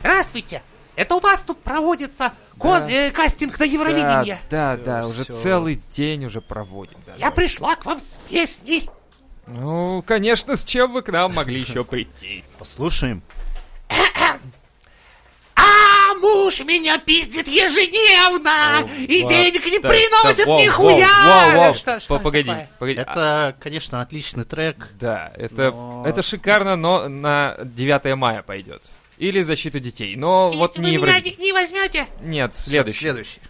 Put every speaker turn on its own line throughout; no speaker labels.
Здравствуйте! Это у вас тут проводится кон-
Да.
э, кастинг на Евровидение.
Да, да, да, уже
всё.
целый день уже проводим.
Я пришла к вам с песней.
Ну, конечно, с чем вы к нам могли еще прийти?
Послушаем.
А муж меня пиздит ежедневно и
Во-
денег не
да,
приносит
да, воу,
нихуя.
воу, воу, воу.
Что- что
По-
это
Погоди,
такое?
погоди. А,
Это, конечно, отличный трек.
Да, это,
Но-
это шикарно, но на 9 мая пойдет. Или защиту детей. Но
И
вот
вы
не
меня
Евровидение.
не, не возьмете?
Нет, следующий.
Следующий.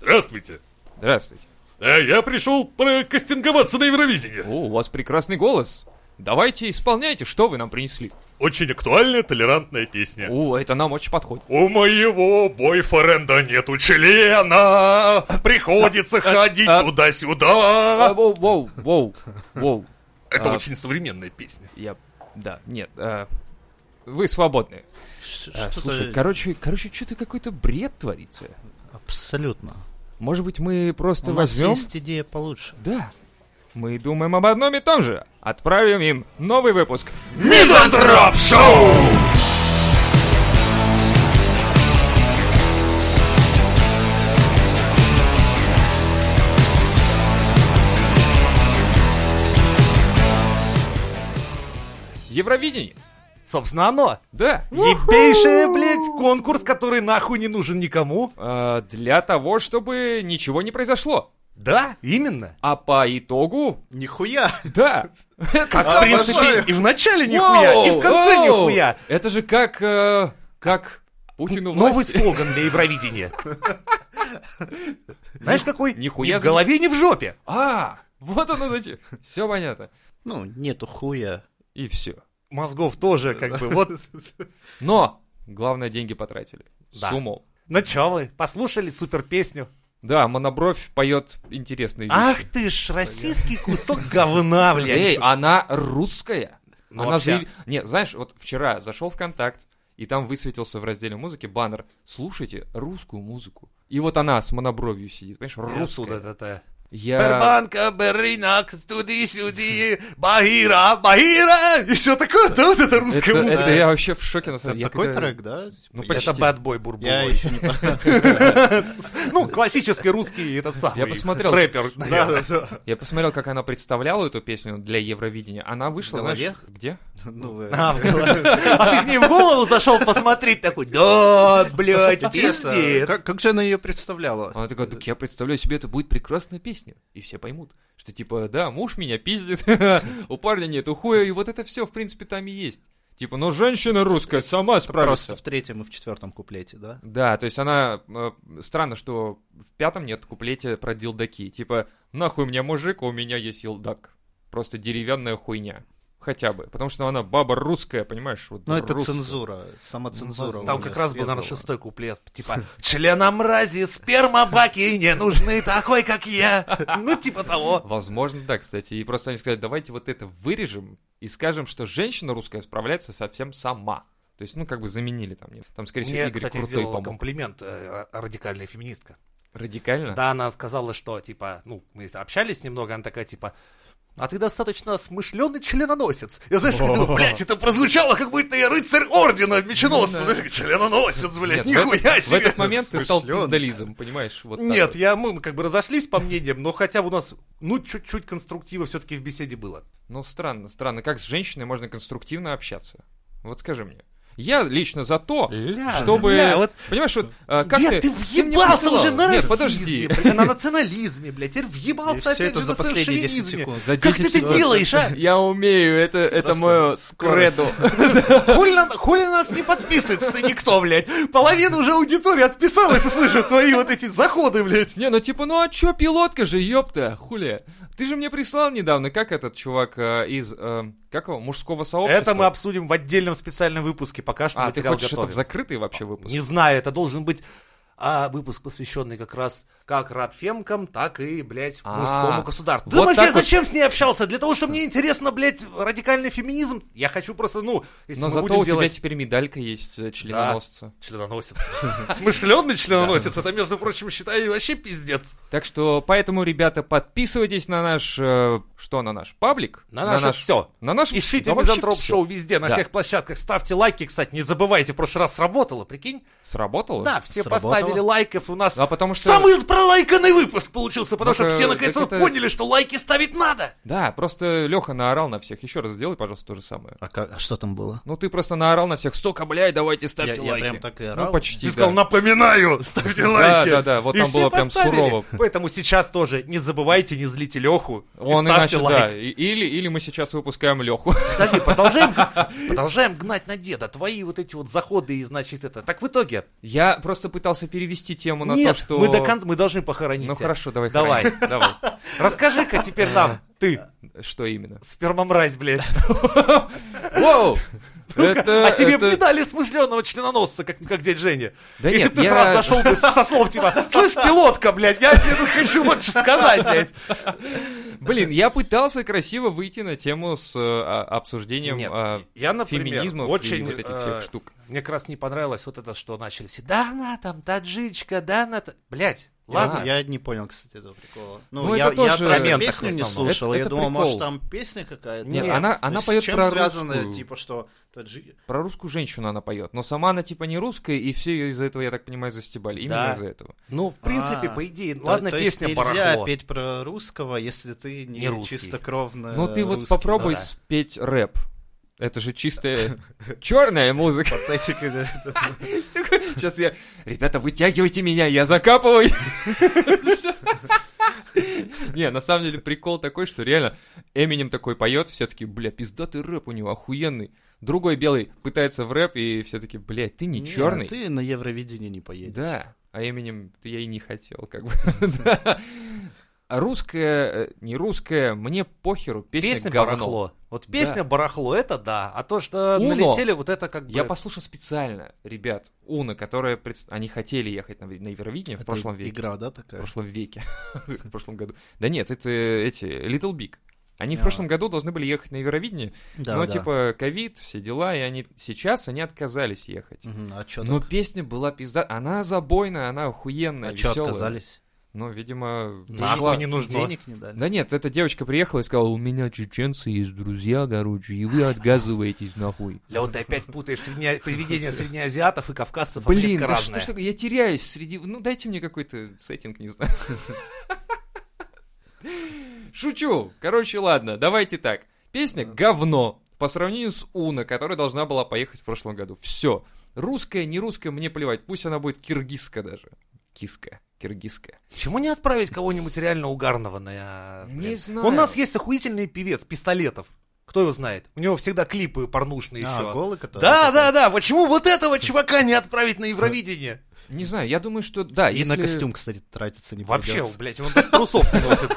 Здравствуйте.
Здравствуйте.
Да, я пришел прокастинговаться на Евровидение.
О, у вас прекрасный голос. Давайте исполняйте, что вы нам принесли.
Очень актуальная, толерантная песня.
О, это нам очень подходит.
У моего бойфренда нету члена, приходится ходить
а- А,
туда-сюда.
Воу, воу, воу, воу.
Это
а-
очень современная песня.
Я... Да, нет. а, Вы свободны.
Ш-
А,
что-то э,
Слушай, короче, короче, что-то какой-то бред творится.
Абсолютно.
Может быть, мы просто
У
Ну,
нас
возьмем...
есть идея получше.
Да. Мы думаем об одном и том же. Отправим им новый выпуск.
Мизантроп Шоу!
Евровидение.
Собственно, оно.
Да.
Ебейшая, блядь, конкурс, который нахуй не нужен никому.
А, для того, чтобы ничего не произошло.
Да, именно.
А по итогу...
Нихуя!
Да. Это
А, В
самое
принципе,
главное.
и в начале нихуя, и в
Воу,
конце
воу.
нихуя.
Это же как... э, Как... Путину
Новый
власти.
слоган для Евровидения. Знаешь, какой?
нихуя
Ни в
за-
голове, не в жопе. а
А, вот оно зачем. Все понятно.
Ну, нету хуя.
И все.
Мозгов тоже, как бы, вот
Но, главное, деньги потратили.
Да.
Сумму.
Ну чё вы, послушали супер песню?
Да, монобровь поет интересные вещи.
Ах ты ж, российский кусок говна,
Эй,
блядь.
она русская.
Ну,
она
вообще.
заяв- Не, знаешь, вот вчера зашел ВКонтакт, и там высветился в разделе музыки баннер «Слушайте русскую музыку». И вот она с монобровью сидит, понимаешь, русская.
Русская.
Я...
Бербанка, Беринак, туди-сюди, Багира, Багира, и все такое, да, вот это
Это,
русская
это
музыка.
я вообще в шоке, на самом деле. Я
Это такой
когда-
трек, да?
Ну,
Я-
почти.
Это бэтбой
Я
бурбулой.
еще не понял.
Ну, классический русский этот самый.
Я посмотрел.
Рэпер, наверное.
Я посмотрел, как она представляла эту песню для Евровидения. Она вышла,
В голове?
знаешь, где?
Ну, э,
А, в голове. А ты к ней в голову зашел посмотреть такой, да, блядь,
интересно,
пиздец.
как- Как же она ее представляла?
Она такая, так я представляю себе, это будет прекрасная песня. И все поймут, что типа, да, муж меня пиздит, у парня нету хуя, и вот это все, в принципе, там и есть. Типа, ну женщина русская сама
Просто
справится.
в третьем и в четвертом куплете, да?
Да, то есть она... э, Странно, что в пятом нет в куплете про дилдаки. Типа, нахуй мне мужик, а у меня есть елдак. Просто деревянная хуйня. Хотя бы. Потому что она баба русская, понимаешь? Вот
Ну, это
русская.
цензура, самоцензура.
Там
у
как
неё
раз был, наверное,
срезала.
шестой куплет. Типа, членам мрази спермобаки не нужны такой, как я. Ну, типа того.
Возможно, да, кстати. И просто они сказали, давайте вот это вырежем и скажем, что женщина русская справляется совсем сама. То есть, ну, как бы заменили там. нет. Там, скорее всего,
Мне,
Игорь
кстати,
Крутой
сделала
помог.
комплимент э, а- радикальная феминистка.
Радикально?
Да, она сказала, что, типа, ну, мы общались немного, она такая, типа, а ты достаточно смышленый членоносец. Я, знаешь, как думаю, блядь, это прозвучало, как будто я рыцарь ордена меченосца. Членоносец, блядь,
Ну Нет, в
нихуя
этот-
себе.
В этот момент ты стал
Смышлёный.
пиздализом, понимаешь? Вот так
Нет,
вот.
я, мы как бы разошлись по мнениям, но хотя бы у нас, ну, чуть-чуть конструктива все-таки в беседе было.
Ну, странно, странно. Как с женщиной можно конструктивно общаться? Вот скажи мне. Я лично за то,
Ля,
чтобы...
ля, вот-
Понимаешь, вот а, как ты...
Дед, ты
мне
въебался
присылал.
уже на
Нет,
расизме,
подожди.
блядь, на национализме, блядь, теперь
И
въебался
все
опять
это
же
за
на
последние 10
шовинизме.
секунд.
За
Как
10
ты это
секунд.
делаешь, а?
Я умею, это, это
Просто
мое
скорость.
кредо.
Хули на, хули на нас не подписывается ты никто, блядь. Половина уже аудитории отписалась, и слышит твои вот эти заходы, блядь.
Не, ну типа, ну а чё пилотка же, ёпта, хули. Ты же мне прислал недавно, как этот чувак э, из, э, как его, мужского сообщества.
Это мы обсудим в отдельном специальном выпуске, пока что
А, ты
материал
хочешь это в
готовим.
закрытый вообще выпуск?
Не знаю, это должен быть
а выпуск, посвященный как раз как радфемкам, так и, блядь,
А,
мужскому государству.
вот
Думаешь,
так
я
вот.
зачем с ней общался? Для того, что мне интересно, блядь, радикальный феминизм? Я хочу просто, ну, если
Но
мы
зато
будем
у тебя
делать...
теперь медалька есть э, членоносца.
Членоносец.
Смышленный членоносец, это, между прочим, считай, вообще пиздец.
Так что, поэтому, ребята, подписывайтесь на наш... э, что на наш? Паблик?
На наше всё.
На наш...
Ищите
да вообще
Мизантроп
всё.
Шоу везде, на
Да.
всех площадках. Ставьте лайки, кстати, не забывайте, в прошлый раз сработало, прикинь?
Сработало?
Да, все
Сработало.
поставили лайков, и у нас
Да, потому что...
самый пролайканный выпуск получился, потому
Так,
что
э,
все
так
наконец
это-
поняли, что лайки ставить надо.
Да, просто Леха наорал на всех. Еще раз сделай, пожалуйста, то же самое.
А, ка- а что там было?
Ну ты просто наорал на всех, столько, блядь, давайте ставьте
Я- я
лайки.
прям так и
Ну
орал.
почти,
Ты
да.
сказал, напоминаю, ставьте
да,
лайки.
да, да, вот
И
там
все
было прям
поставили.
сурово.
Поэтому сейчас тоже не забывайте, не злите Леху
Он
и ставьте
иначе, да.
лайк.
И- Или, или мы сейчас выпускаем Леху.
Подожди, продолжаем, продолжаем гнать на деда. Твои вот эти вот заходы и, значит, это. Так в итоге,
Я просто пытался перевести тему на
нет,
то, что...
мы, до кон- мы должны похоронить
Ну
тебя.
хорошо, давай. Э.
Давай.
храни. Давай.
Расскажи-ка теперь нам, ты,
Что именно?
спермомразь, блядь.
Воу! Это,
а тебе
это-
бы не дали смышленого членоносца, как, как дядь Женя.
Да
Если
нет,
бы ты
я-
сразу зашел бы со слов типа, слышь, пилотка, блядь, я тебе тут хочу вот что сказать, блядь.
Блин, я пытался красиво выйти на тему с э, а, обсуждением
Нет,
а,
я, например,
феминизмов и
очень,
вот этих
э,
всех штук.
Мне как раз не понравилось вот это, что начали все, да она там таджичка, да она... та-». Блядь,
А.
ладно.
Я не понял, кстати, этого прикола. Ну,
Ну,
я,
это
я
тоже-
про эту
Моментах
песню
в
не
основном.
слушал.
Это-
я
это
думал, может,
прикол.
там песня какая-то.
Нет,
нет.
она, она
С
поет
чем
про
связано,
русскую.
типа, что таджи-
Про русскую женщину она поет, но сама она типа не русская, и все ее из-за этого, я так понимаю, застебали. Именно
Да.
из-за этого.
Ну, в принципе,
А,
по идее,
То-
ладно,
то есть
песня
нельзя
барахло.
петь про русского, если ты не,
Не русский.
чистокровно
ну ты вот
Э, русский.
попробуй
да.
спеть рэп. Это же чистая черная музыка.
Патетика, да.
Сейчас я... Ребята, вытягивайте меня, я закапываю. Не, на самом деле прикол такой, что реально Эминем такой поет, все таки бля, пиздатый рэп у него охуенный. Другой белый пытается в рэп, и все таки блядь, ты не
Не, а
черный.
Ты на Евровидение не поедешь.
Да, а Эминем я и не хотел, как бы. Да. А русская, э, не русская, мне похеру, песня,
Песня
говно.
барахло. Вот песня барахло, это да. А то, что
Уно.
налетели, вот это как бы...
Я послушал специально, ребят, Уна, которые пред- они хотели ехать на, на Евровидение в
Это
прошлом веке.
Игра, да,
в
такая?
прошлом веке, в прошлом году. Да нет, это эти Little Big. Они в
Да.
прошлом году должны были ехать на Евровидение,
А. Да,
но
да.
типа ковид, все дела, и они сейчас они отказались ехать.
Мгм, А чё
Но
так?
песня была пизда, она забойная, она охуенная,
А чё
весёлая.
отказались?
Ну, видимо, пришла-
Нахуй не нужно.
Денег не дали.
Да нет, эта девочка приехала и сказала, у меня чеченцы есть друзья, короче, и вы отказываетесь нахуй.
Лёд, ты опять путаешь средне- поведение среднеазиатов и кавказцев а
Блин,
близко
да
разное.
что ж такое, я теряюсь среди... Ну, дайте мне какой-то сеттинг, не знаю. Шучу. Короче, ладно, давайте так. Песня «Говно» по сравнению с «Уна», которая должна была поехать в прошлом году. Все. Русская, не русская, мне плевать. Пусть она будет киргизская даже. Киска. Киргизская.
Почему не отправить кого-нибудь реально угарного на...
Не
блин?
знаю.
У нас есть охуительный певец, Пистолетов. Кто его знает? У него всегда клипы порнушные
А,
еще.
голы, которые...
Да, да, да, почему вот этого чувака не отправить на Евровидение?
Не знаю, я думаю, что да,
И
если...
на костюм, кстати, тратиться не
Вообще,
придётся.
блядь, он даже трусов не носит.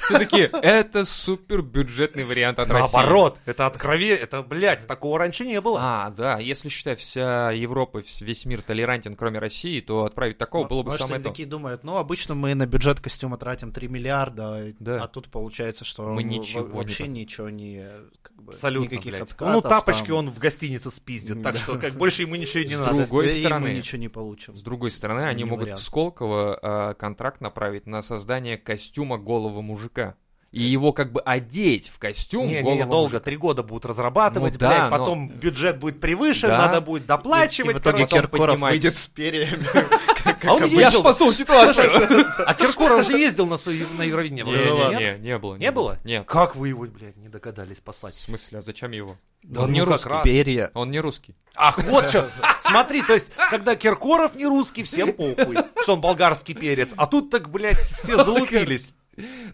Все-таки это супер бюджетный вариант от России.
Наоборот, это откровение, это, блядь, такого раньше не было.
А, да, если считать вся Европа, вс- весь мир толерантен, кроме России, то отправить такого
М-
было бы
Может,
самое
они
то.
такие думают, ну, обычно мы на бюджет костюма тратим 3 миллиарда,
Да.
а тут получается, что
Мы
в-
ничего не
вообще
тратим.
ничего не... как бы,
Абсолютно,
типа, никаких
блядь.
откатов.
ну, тапочки
там.
он в гостинице спиздит, так
Да.
что как больше ему ничего и не
С
надо.
другой
Да и мы
стороны,
ничего не получим.
с другой стороны,
Ну,
они
Не
могут
вариант.
в Сколково а, контракт направить на создание костюма голого мужика. И его как бы одеть в костюм
Э. Не, не,
голого
не, долго,
мужика.
три года будут разрабатывать,
Ну да,
блядь,
но-
потом бюджет будет превыше,
Да.
надо будет доплачивать.
и в итоге
короче.
потом
Киркоров
поднимать.
выйдет с перьями.
а он
Я
ездил,
спасу ситуацию!
а Киркоров же ездил на, свою, на Евровидение.
Не,
Вот это ладно.
не, не, не было.
Не было?
Нет.
Как вы его, блядь, не догадались
В
послать?
смысле, а зачем его?
Да
он не
ну как
русский.
раз.
Перья.
Он не русский.
Ах, вот что. Смотри, то есть, когда Киркоров не русский, всем похуй, что он болгарский перец. А тут так, блядь, все залупились.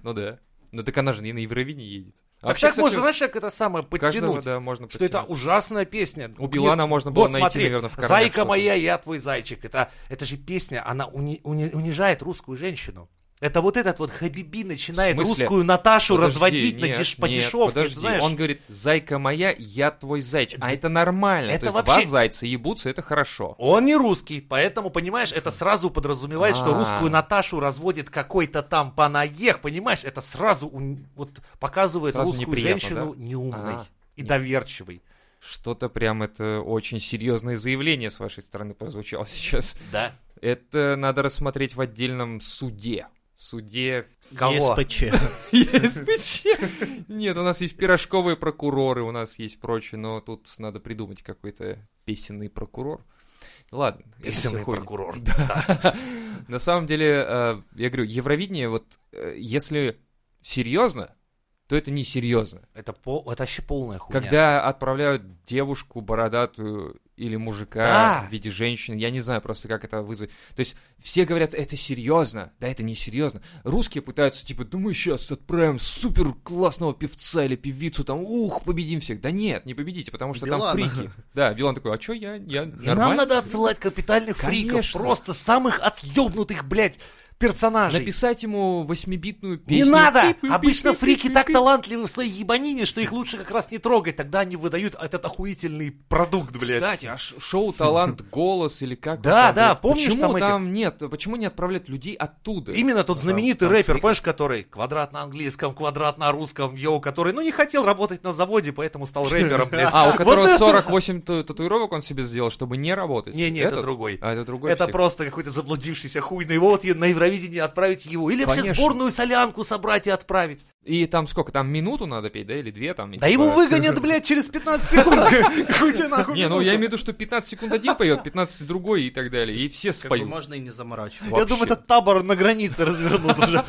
Ну да. Ну так она же не на Евровидении едет.
А так можно, знаешь, как это самое
каждого,
подтянуть?
да, можно
Что это
подтянуть.
ужасная песня.
У Билана можно было
Вот
найти,
смотри,
наверное, в кармане
«Зайка
что-то».
моя, я твой зайчик». Это, это же песня, она уни- уни- унижает русскую женщину. Это вот этот вот Хабиби начинает
В смысле?
русскую Наташу
Подожди,
разводить на
нет,
деш- по
нет,
дешевке,
подожди,
ты знаешь.
он говорит, зайка моя, я твой зайчик. А это нормально.
Это
То есть
вообще-
два зайца ебутся, это хорошо.
Он не русский, поэтому, понимаешь, это сразу подразумевает, что
А.
русскую Наташу разводит какой-то там панаех, понимаешь? Это сразу ун- вот показывает
Сразу
русскую
неприятно,
женщину
да?
неумной
А,
и доверчивой.
Что-то прям это очень серьезное заявление с вашей стороны прозвучало сейчас.
Да.
Это надо рассмотреть в отдельном суде. Суде
Кого?
ЕСПЧ.
ЕСПЧ. Нет, у нас есть пирожковые прокуроры, у нас есть прочее, но тут надо придумать какой-то песенный прокурор. Ладно. это всё
Песенный
хуйня.
прокурор.
На самом деле, э, я говорю, Евровидение, вот э, если серьезно, то это не серьезно.
Это, по- это вообще полная хуйня.
Когда отправляют девушку бородатую или мужика
Да.
в виде женщины, я не знаю просто, как это вызвать. То есть все говорят, это серьезно, да это не серьезно. Русские пытаются, типа, да мы сейчас отправим супер классного певца или певицу, там, ух, победим всех. Да нет, не победите, потому что там
Билана.
фрики. Да, Билан такой, а чё я, я
И
нормально?»
нам надо отсылать капитальных фриков,
Конечно.
просто самых отъебнутых, блядь, персонажей.
Написать ему восьмибитную
Не
песню.
надо!
Пи-пи-пи-пи-пи-пи.
Обычно фрики так талантливы в своей ебанине, что их лучше как раз не трогать. Тогда они выдают этот охуительный продукт, блядь.
Кстати, а ш- шоу «Талант голос» или как? он
Да,
там,
да,
блядь?
помнишь,
Почему
там
там,
эти-
нет? Почему не отправляют людей оттуда?
Именно тот
Да,
знаменитый
Ну, там
рэпер,
фрик.
помнишь, который квадрат на английском, квадрат на русском, йоу, который, ну, не хотел работать на заводе, поэтому стал рэпером, блядь.
А, у которого
это-
48 тату- татуировок он себе сделал, чтобы не работать.
Не-не, это
Этот?
другой.
А, это другой
Это
псих.
просто какой-то заблудившийся хуй, ну его вот е- на Евровидении отправить его. Или вообще
Конечно.
сборную солянку собрать и отправить.
И там сколько? Там минуту надо петь, да? Или две там? и
Да
типа-
его выгонят, блядь, через 15 секунд. Какую тебе нахуй
Не, ну
минуту?
я имею в виду, что 15 секунд один поет, 15 другой и так далее. И все
Как бы
споют.
можно и не заморачиваться.
Я думаю,
вообще.
это табор на границе развернут уже.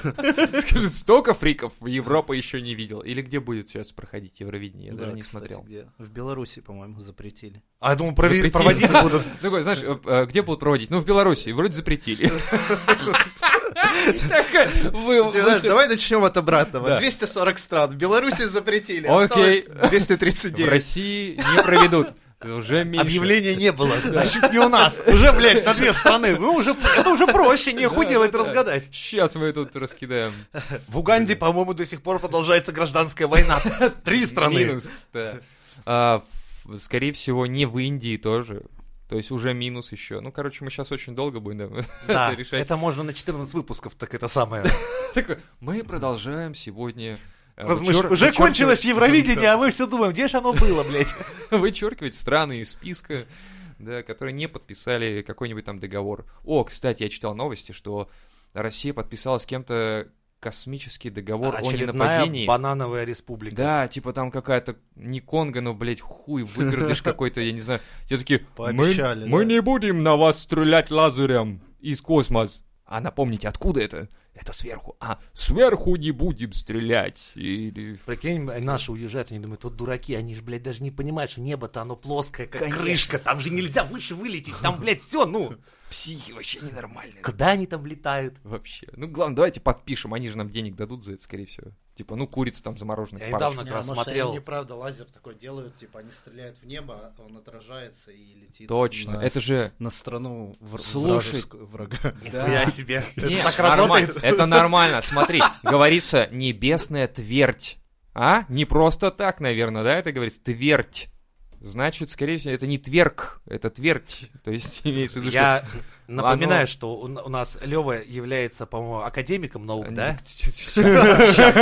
Скажет, столько фриков Европа еще не видел. Или где будет сейчас проходить Евровидение? Я даже
Да,
не
кстати,
смотрел.
где? В Беларуси, по-моему, запретили.
А я думал, прове-
Запретили.
проводить будут.
Такой, знаешь, э, э, где будут проводить? Ну, в Беларуси. Вроде запретили. Такая, вы- Ну, вы-
Ты знаешь, давай начнем от обратного.
Да.
240 стран. В Беларуси запретили.
Окей.
Осталось
В
239.
России не проведут. Уже меньше.
Объявления не было. Значит, не у нас. Уже, блядь, на две страны. Ну, уже, это уже проще, нехуй делать разгадать.
Сейчас мы тут раскидаем.
В Уганде, по-моему, до сих пор продолжается гражданская война. Три страны.
Минус, да. А, в- скорее всего, не в Индии тоже. То есть уже минус еще. Ну, короче, мы сейчас очень долго будем
Да,
это решать.
это можно на 14 выпусков, так это самое.
Такой, Мы продолжаем сегодня... э,
Размыш-
вычер-
Уже
вычеркивать-
кончилось Евровидение, а мы все думаем, где же оно было, блядь.
вычеркивать страны из списка, да, которые не подписали какой-нибудь там договор. О, кстати, я читал новости, что Россия подписала с кем-то космический договор о
Очередная
ненападении.
банановая республика.
Да, типа там какая-то не Конго, но, блядь, хуй, выгородыш какой-то, я не знаю. Все такие, мы,
Пообещали,
мы
да.
не будем на вас стрелять лазерем из космоса. А напомните, откуда это? Это сверху. А, сверху не будем стрелять. Или...
Прикинь, наши уезжают, они думают, вот дураки, они же, блядь, даже не понимают, что небо-то оно плоское, как
Конечно.
крышка, там же нельзя выше вылететь, там, блядь, все, ну,
Психи вообще ненормальные.
куда они там летают?
Вообще. Ну, главное, давайте подпишем, они же нам денег дадут за это, скорее всего. Типа, ну, курица там замороженная.
Я
парочка.
недавно
ну,
как раз смотрел,
правда лазер такой делают, типа они стреляют в небо, а он отражается и летит.
Точно, это же...
на страну вр-
Слушай.
вражескую, врага.
нихуя себе,
Не,
это так
нормально.
работает.
Это нормально, смотри, говорится небесная твердь. А? Не просто так, наверное, да, это говорится? Твердь. Значит, скорее всего, это не тверк, это твердь. То есть, имеется в виду,
Я
Оно-
напоминаю, что у у нас Лева является, по-моему, академиком наук,
что...
да?
Сейчас.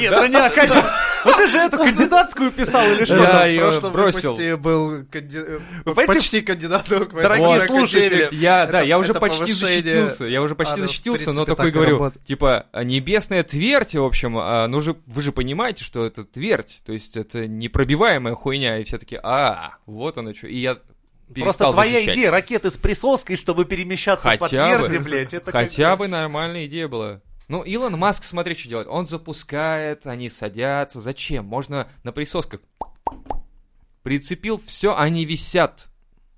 Нет, это не академик. Вот ты же эту кандидатскую писал или
Да,
что?
я
в прошлом
бросил.
выпуске был канди- э,
Вы понимаете,
почти кандидат наук.
Дорогие
военных
слушатели,
академик.
Я, да,
Это-
я уже
это
почти
повышение
защитился, я уже почти
А, ну, в
защитился, но такой
принципе, так и
говорю,
работает.
типа, а, небесная твердь, в общем, а, ну же, вы же понимаете, что это твердь, то есть это непробиваемая хуйня, и все таки а, вот оно что, и я
Просто
перестал
твоя
защищать.
идея ракеты с присоской, чтобы перемещаться по
Хотя бы.
тверди, блядь. это как
Хотя бы нормальная идея была. Ну, Илон Маск, смотри, что делает. Он запускает, они садятся. Зачем? Можно на присосках. Прицепил, все, они висят.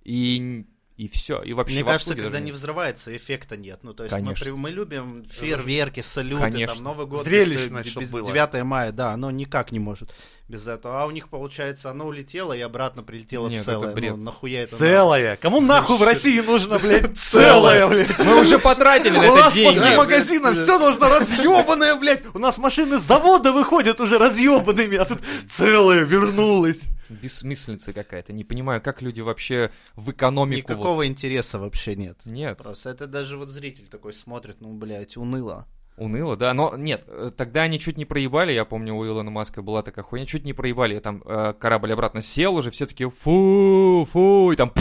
И, и все. И вообще
Мне
в
кажется,
обслуге
когда
даже
не взрывается, эффекта нет. Ну, то есть мы,
Конечно.
при- мы любим фейерверки, салюты,
Конечно.
там Новый год,
Зрелищно,
без-
чтоб
без-
было.
9 мая, да, оно никак не может без этого. А у них, получается, оно улетело и обратно прилетело
Нет, это
целое.
бред.
Ну, нахуя это
Целое. Кому нахуй в России нужно, блядь,
Целое.
целое, блядь?
Мы уже потратили на
У
это
нас после
деньги.
магазина все должно разъебанное, блядь. У нас машины с завода выходят уже разъебанными, а тут целое вернулось.
Бессмыслица какая-то. Не понимаю, как люди вообще в экономику...
Никакого
вот-
интереса вообще нет.
Нет.
Просто это даже вот зритель такой смотрит, ну, блядь, уныло.
Уныло, да, но нет, э, тогда они чуть не проебали, я помню, у Илона Маска была такая хуйня, чуть не проебали, там э, корабль обратно сел уже, все такие фу, фу, и там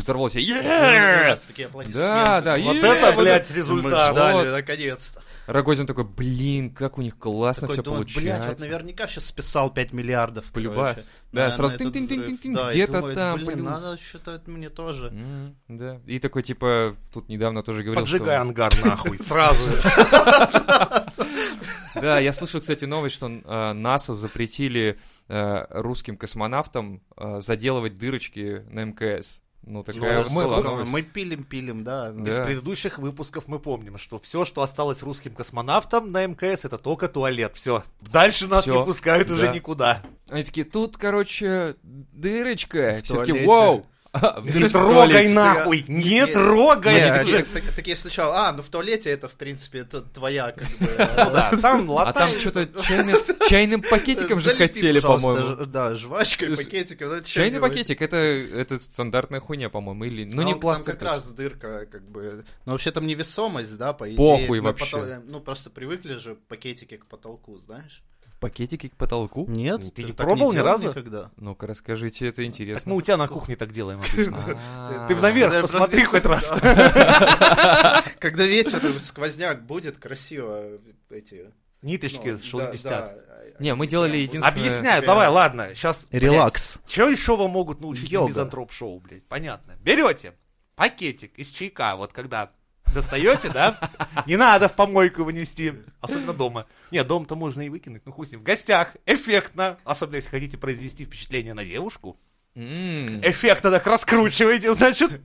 взорвался,
Как
«Е-е-е!»
раз Ну, такие
Да, да,
Вот
«Е-е-е!»
это,
Вот
блядь,
Мы
результат.
ждали,
Вот.
наконец-то.
Рогозин такой, блин, как у них классно
Такой
все
думаю, блядь, вот
получается.
наверняка сейчас списал 5 миллиардов.
По-любому.
короче,
Да,
на-
сразу
на этот
тынь-тынь-тынь-тынь,
взрыв. Да, и
где-то
думает,
там
Блин,
плюс».
надо что-то мне тоже.
М, Да. И такой, типа, тут недавно тоже говорил,
Поджигай
что...
ангар нахуй, сразу.
Да, я слышал, кстати, новость, что э, НАСА запретили э, русским космонавтам э, заделывать дырочки на МКС. Ну, такая вот
это же
была
было,
новость.
Мы пилим-пилим, да.
Да.
Из предыдущих выпусков мы помним, что все, что осталось русским космонавтам на МКС, это только туалет. Все. Дальше нас
Всё.
не пускают
Да.
уже никуда.
Они такие, тут, короче, дырочка.
В
Все такие,
туалете.
вау. А, в
Не
дырочке в
трогай
туалете.
нахуй! Не трогай!
Нет,
Это
они
же-
Так- так- Такие сначала, а, ну в туалете это, в принципе, это твоя как бы...
Ну да, сам
А там
латай.
что-то чайным, чайным пакетиком же
Залепи,
хотели,
пожалуйста,
по-моему.
ж- Да, жвачкой, пакетиком. ну,
Чайный
чё-нибудь.
пакетик это, это стандартная хуйня, по-моему, или. Ну
А
не
он-
пластик.
Там как раз дырка, как бы. Но вообще там невесомость, да, по идее.
Похуй
на
вообще.
потол- Ну, просто привыкли же пакетики к потолку, знаешь?
Пакетики к потолку.
Нет,
Ты не
так
пробовал ни
делал
разу?
Никогда.
Ну-ка расскажите, это
Так мы
интересно.
у тебя на кухне так делаем обычно.
А.
Ты наверх
Наверное, просто
посмотри
не
хоть
суть,
раз.
да. Когда ветер и сквозняк будет, красиво эти...
Ниточки
ну, да,
шелестят.
да.
Не, мы делали единственное-
Объясняю,
Тебя-
давай, ладно, сейчас...
Релакс.
Чего еще вам могут научить на
Йога.
мизантроп-шоу, блядь? Понятно. Берете пакетик из чайка, вот когда достаете, да? Не надо в помойку его нести, особенно дома. Не, дом-то можно и выкинуть, ну хуй с ним. В гостях эффектно, особенно если хотите произвести впечатление на девушку,
М.
эффектно так раскручиваете, значит.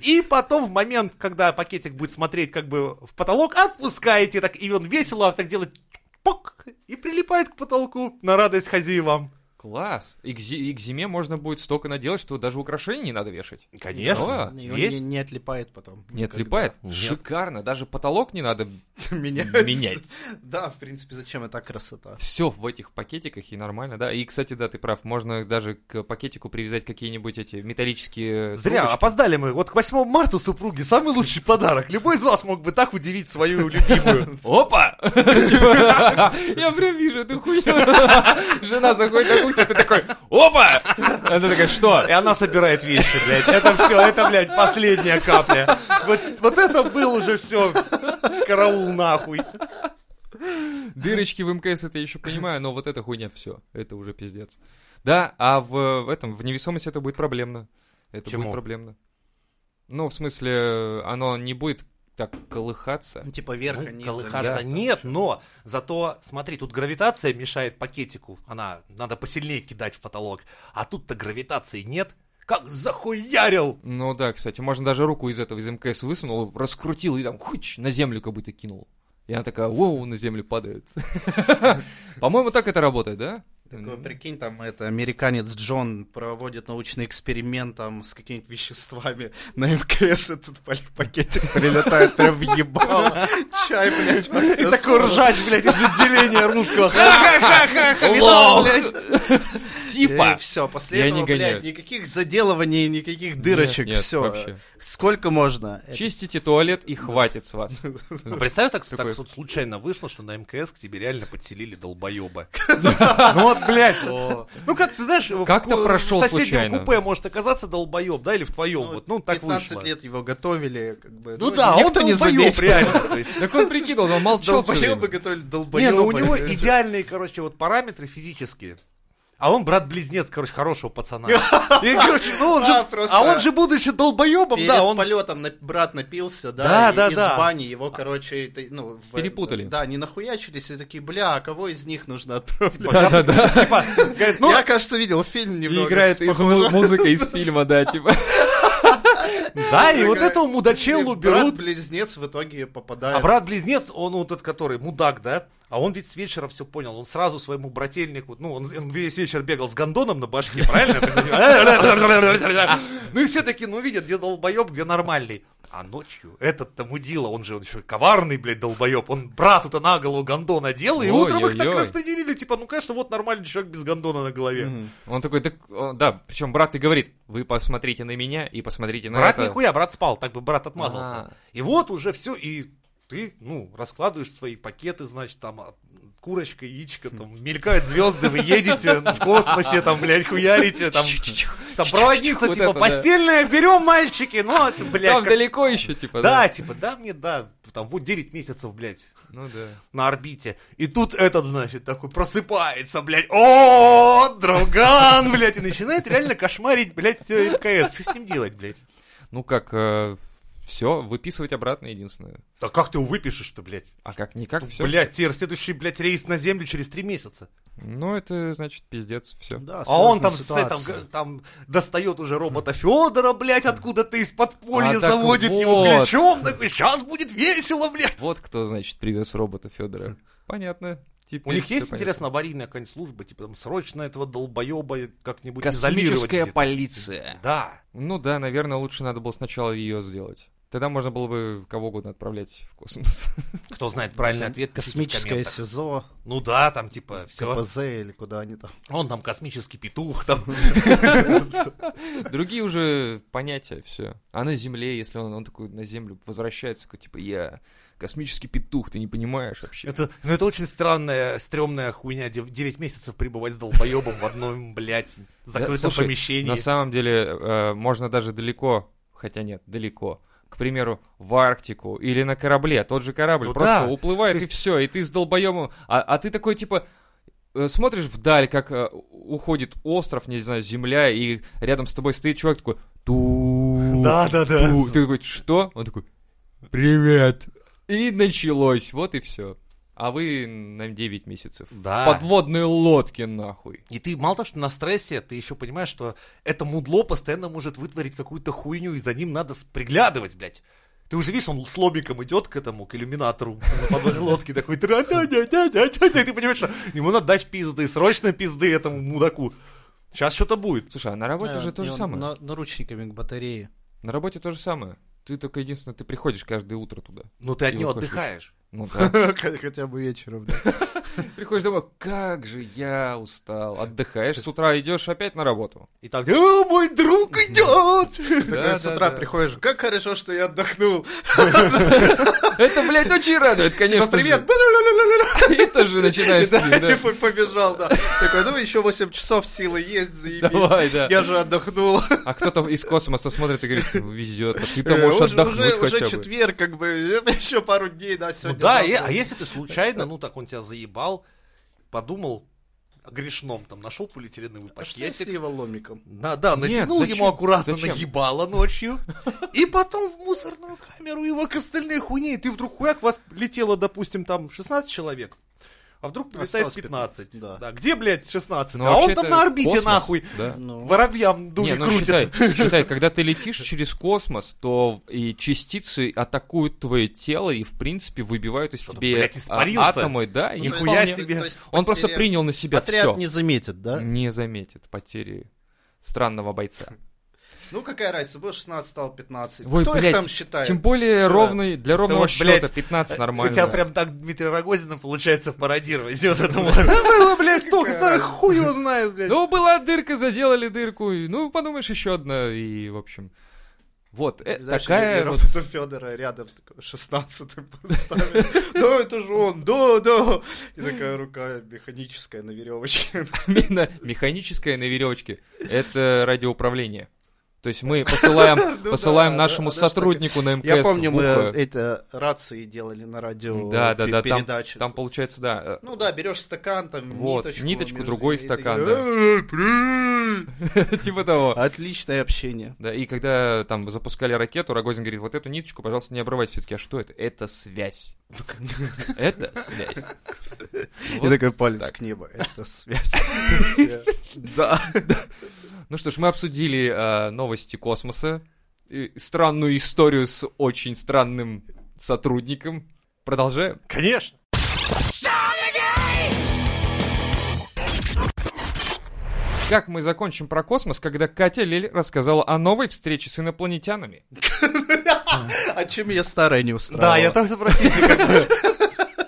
И потом в момент, когда пакетик будет смотреть как бы в потолок, отпускаете так, и он весело так делает пок, и прилипает к потолку на радость хозяевам.
Класс. И к, зи- и к зиме можно будет столько наделать, что даже украшений не надо вешать. Да.
Конечно.
И он
Есть?
не, не отлипает потом.
Не
Никогда.
отлипает.
Нет.
Шикарно. Даже потолок не надо
Меняется.
менять.
Да, в принципе, зачем это красота?
Все в этих пакетиках и нормально, да. И, кстати, да, ты прав, можно даже к пакетику привязать какие-нибудь эти металлические
Зря,
трубочки.
опоздали мы. Вот к 8 марта супруги самый лучший подарок. Любой из вас мог бы так удивить свою любимую.
Опа! Типа, Я прям вижу эту хуйню. Жена заходит на кухню, ты такой, опа! Она такая, что?
И она собирает вещи, блядь. Это все, это, блядь, последняя капля. Вот, вот это был уже все. Караул нахуй.
Дырочки в МКС это я еще понимаю, но вот эта хуйня все. Это уже пиздец. Да, а в, в этом, в невесомости это будет проблемно. Это
Чему?
будет проблемно. Ну, в смысле, оно не будет так колыхаться.
Ну, типа верха,
Ну,
низа.
колыхаться
да.
нет, но зато, смотри, тут гравитация мешает пакетику. Она, надо посильнее кидать в потолок. А тут-то гравитации нет. Как захуярил!
Ну да, кстати, можно даже руку из этого, из МКС высунул, раскрутил и там хуч на землю как будто кинул. И она такая, воу, на землю падает. По-моему, так это работает, да?
Такой, прикинь, там это американец Джон проводит научный эксперимент там с какими-то веществами на МКС, и тут пали- пакетик прилетает прям в ебало. Чай, блядь, во
И
все
такой
стороны.
ржач, блядь, из отделения русского. Ха-ха-ха-ха, видал,
Лох!
блядь.
Сифа!
все, Э, после
Я не
этого,
гоняю.
блядь, никаких заделываний, никаких дырочек,
Нет, нет,
все.
вообще.
Сколько можно?
Чистите туалет и хватит с вас.
Ну, представь, так,
Такой.
так вот случайно вышло, что на МКС к тебе реально подселили долбоеба. Ну вот, блядь. Ну как ты знаешь, в
Как-то
ку-
прошел
в соседнем
случайно.
купе может оказаться долбоеб, да, или в твоем,
Ну,
вот, ну так
15
вышло.
лет его готовили, как бы.
Ну да, он
никто не
долбоеб,
заметил.
реально. то есть.
Так он прикинул, он молчал всё время.
Долбоёбы готовили долбоёбы.
Не, ну у него идеальные, короче, вот параметры физические. А он брат-близнец, короче, хорошего пацана. И, короче, ну он же-
А, просто-
а он же, будучи долбоебом,
Перед
да, он...
полетом на- брат напился, да,
Да,
и-
да,
из
да.
бани его, короче, это, ну, в-
Перепутали.
Да, не нахуячились и такие, бля, а кого из них нужно отправлять?
Типа, говорит, ну,
Я, кажется, видел фильм
И
немного.
играет
с
из
похожим-
му- музыка из фильма, да, типа.
Да, и вот этого мудачеллу берут.
Брат-близнец в итоге
А
Э.
попадает.
брат-близнец, он вот этот, который мудак, да? А он ведь с вечера все понял. Он сразу своему брательнику, ну, он, он весь вечер бегал с гондоном на башке, правильно? я так понимаю? Ну и все такие, ну, видят, где долбоеб, где нормальный. А ночью этот-то мудила, он же он еще и коварный, блядь, долбоеб. Он брату-то на голову гондон одел, и утром их так
Ой-ой-ой.
распределили. Типа, ну, конечно, вот нормальный человек без гондона на голове.
Он такой, «Так, о, да, причем брат и говорит, вы посмотрите на меня и посмотрите на
Брат
Ну, это». А,
нихуя, брат спал, так бы брат отмазался.
Ага.
И вот уже все, и ты, ну, раскладываешь свои пакеты, значит, там а, курочка, яичко,
Хм.
там мелькают звезды, вы едете в космосе, там, блядь, хуярите, там, там проводница,
Вот
типа,
это да.
постельная, берем, мальчики, ну, а, блядь,
Там
как-
далеко еще, типа,
да, типа, да, мне, да, там, вот 9 месяцев, блядь,
Ну да.
на орбите. И тут этот, значит, такой просыпается, блядь, о друган, блядь, и начинает реально кошмарить, блядь, все МКС. Что с ним делать, блядь?
Ну как, все, выписывать обратно единственное.
Да как ты его выпишешь-то, блядь?
А как, никак, все.
Блядь, теперь следующий, блядь, рейс на Землю через три месяца.
Ну это, значит, пиздец, все.
Да,
А он там, с,
сложная
там,
ситуация.
г- там достает уже робота Федора, блядь, откуда-то из подполья
А так
заводит его
вот.
плечом. Такой, сейчас будет весело, блядь.
Вот кто, значит, привез робота Федора. Понятно.
У них есть, интересно, аварийная какая-нибудь служба, типа там срочно этого долбоеба как-нибудь изолировать.
Космическая
где-то?
полиция.
Да.
Ну да, наверное, лучше надо было сначала ее сделать. Тогда можно было бы кого угодно отправлять в космос.
Кто знает правильный ответ, пишите в
Космическое
комментах.
СИЗО,
Ну да, там типа все.
КПЗ или куда они там.
Он там космический петух, там.
Другие уже понятия, все. А на Земле, если он, он такой на Землю возвращается, такой, типа, я космический петух, ты не понимаешь вообще.
Это, ну это очень странная, стрёмная хуйня. дев- Девять месяцев пребывать с долбоебом в одном, блядь, закрытом
Да, слушай,
помещении.
На самом деле, э, можно даже далеко, хотя нет, далеко, к примеру, в Арктику или на корабле, тот же корабль
Ну
просто
да.
уплывает
То
и все, и ты с долбоемом, а, а ты такой типа э, смотришь вдаль, как э, уходит остров, не знаю, земля, и рядом с тобой стоит чувак такой, ту,
Да, да, да.
ту». ты такой, что? Он такой, привет, и началось, вот и все. А вы на 9 месяцев.
Да.
Подводные лодки, нахуй.
И ты мало того, что на стрессе, ты еще понимаешь, что это мудло постоянно может вытворить какую-то хуйню, и за ним надо с- приглядывать, блядь. Ты уже видишь, он с лобиком идет к этому, к иллюминатору подводной лодки, такой, «Тра-да-да-да-да-да-да». и ты понимаешь, что ему надо дать пизды, срочно пизды этому мудаку. Сейчас что-то будет.
Слушай, а на работе
Э,
же то
и
же
он
самое.
на- Наручниками к батарее.
На работе то же самое. Ты только единственное, ты приходишь каждое утро туда.
Ну ты от
И
него
уходишь.
отдыхаешь.
Ну да.
Хотя бы вечером, да.
Приходишь домой, как же я устал. Отдыхаешь, с утра идешь опять на работу.
И там, «Э, мой друг идет!
Такой с
да,
утра
да.
приходишь, как хорошо, что я отдохнул.
Это, блядь, очень радует,
Типа,
конечно.
привет,
же. И тоже начинаешь с ним,
Да, и
Э, да.
типа.
п- побежал, да. Такой, ну еще 8 часов силы есть, заебись.
Давай, да.
Я же отдохнул.
А кто-то из космоса смотрит и говорит, везет, а ты-то
Э,
можешь
уже-
отдохнуть
уже-
хотя
Уже
бы.
четверг, как бы, еще пару дней, да,
Ну
сегодня.
да,
завтра.
и- а если ты случайно, ну так он тебя заебал, подумал о грешном, там нашел полиэтиленовый
А что если
пакетик,
его ломиком?
На, да, натянул
зачем?
ему аккуратно
Зачем?
наебало ночью, и потом в мусорную камеру его к остальной хуйне, и ты вдруг хуяк, вас летело, допустим, там 16 человек, а вдруг прилетает
Осталось
15.
15, да.
где, блядь, 16?
Ну,
а он
вообще-то
там на орбите,
космос,
нахуй,
Да.
Ну,
воробьям дули
Не, ну
крутит.
считай, считай, когда ты летишь через космос, то и частицы атакуют твое тело и, в принципе, выбивают из
Что-то,
тебя
блядь, испарился.
а- атомы, да, и
ну,
нихуя
вполне-
себе.
то есть
Он просто
потеря-
принял на себя все.
Отряд не заметит, да?
не заметит потери странного бойца.
Ну какая разница, было 16, стало 15.
Ой,
Кто их
блядь,
там считает?
Тем более ровный, для ровного
вот,
счета
блядь,
э,
15
У
нормально.
тебя прям так Дмитрия Рогозина получается пародировать. Вот это вот. Да было, блядь, столько, самых хуй его знает, блядь.
Ну, была дырка, заделали дырку. и- Ну, подумаешь, еще одна. И, в общем. Вот, э,
Знаешь,
такая
Лев
вот.
Леонидов Федора рядом такой 16 поставили. Да, это же он, да, да. И такая рука механическая на веревочке.
мина- механическая на веревочке. Это радиоуправление. То есть мы посылаем,
Ну да,
посылаем
да,
нашему
да, что
сотруднику на МКС.
Я помню,
в ухо.
мы э, это рации делали на радио
Да, да,
пе-
да, там,
передачи.
там получается, да. э,
Ну да, берешь стакан, там
Вот,
ниточку.
ниточку,
между-
другой
и ты-
стакан,
«Э, привет!»
Типа того.
«Э, Отличное общение.
Да, и когда там запускали ракету, Рогозин говорит, вот эту ниточку, пожалуйста, не обрывайте. Все-таки, а что это? Это связь. Это связь.
И
Вот.
такой палец
так.
к небу. Это связь. Да.
Ну что ж, мы обсудили э, новости а, космоса э, странную историю с очень странным сотрудником. Продолжаем.
Конечно.
Как мы закончим про космос, когда Катя Лель рассказала о новой встрече с инопланетянами?
А чем я старая не устраивала?
Да, я тоже спросил.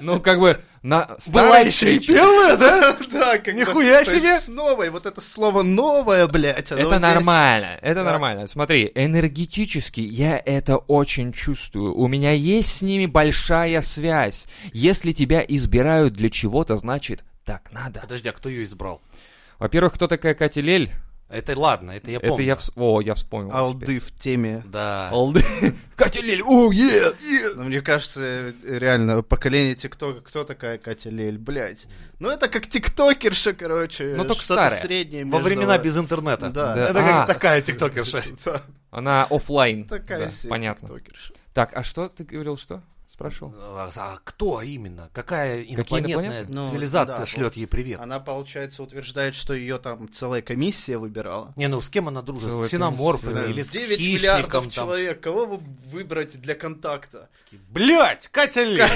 Ну, как бы, на
Была
старой
еще и
встрече.
первая, да?
Да, как бы,
Нихуя
то есть
себе!
С новой, вот это слово новое, блядь. оно
Это
ну, здесь-
нормально, это
Да.
нормально. Смотри, энергетически я это очень чувствую. У меня есть с ними большая связь. Если тебя избирают для чего-то, значит, так надо.
Подожди, а кто ее избрал?
Во-первых, кто такая Катя Лель?
Это ладно, это я помню.
Это я, вс- О, я вспомнил. теперь.
Алды в теме.
Да.
Алды. Катя Лель, о, е, е.
Ну, мне кажется, реально, поколение ТикТока, кто такая Катя Лель, блядь? Ну, это как тиктокерша, короче.
Ну, только
что-то
старая.
среднее
Во
между-
времена без интернета.
Да.
Это
Да.
как
А.
такая тиктокерша.
Да,
Она офлайн.
такая
Да,
себе
Понятно.
тиктокерша.
Так, а что ты говорил, что? Спрашивал?
А а кто именно? Какая инопланетная
инопланетные?
Ну,
цивилизация
да,
шлет ей привет?
Она, получается, утверждает, что ее там целая комиссия выбирала.
Не, ну с кем она дружит?
Целая
С
комиссия,
ксеноморфами
да.
Ну, или с
9
хищником?
миллиардов
там?
человек, кого вы выбрать для контакта? ну
Блять, Катя Лель!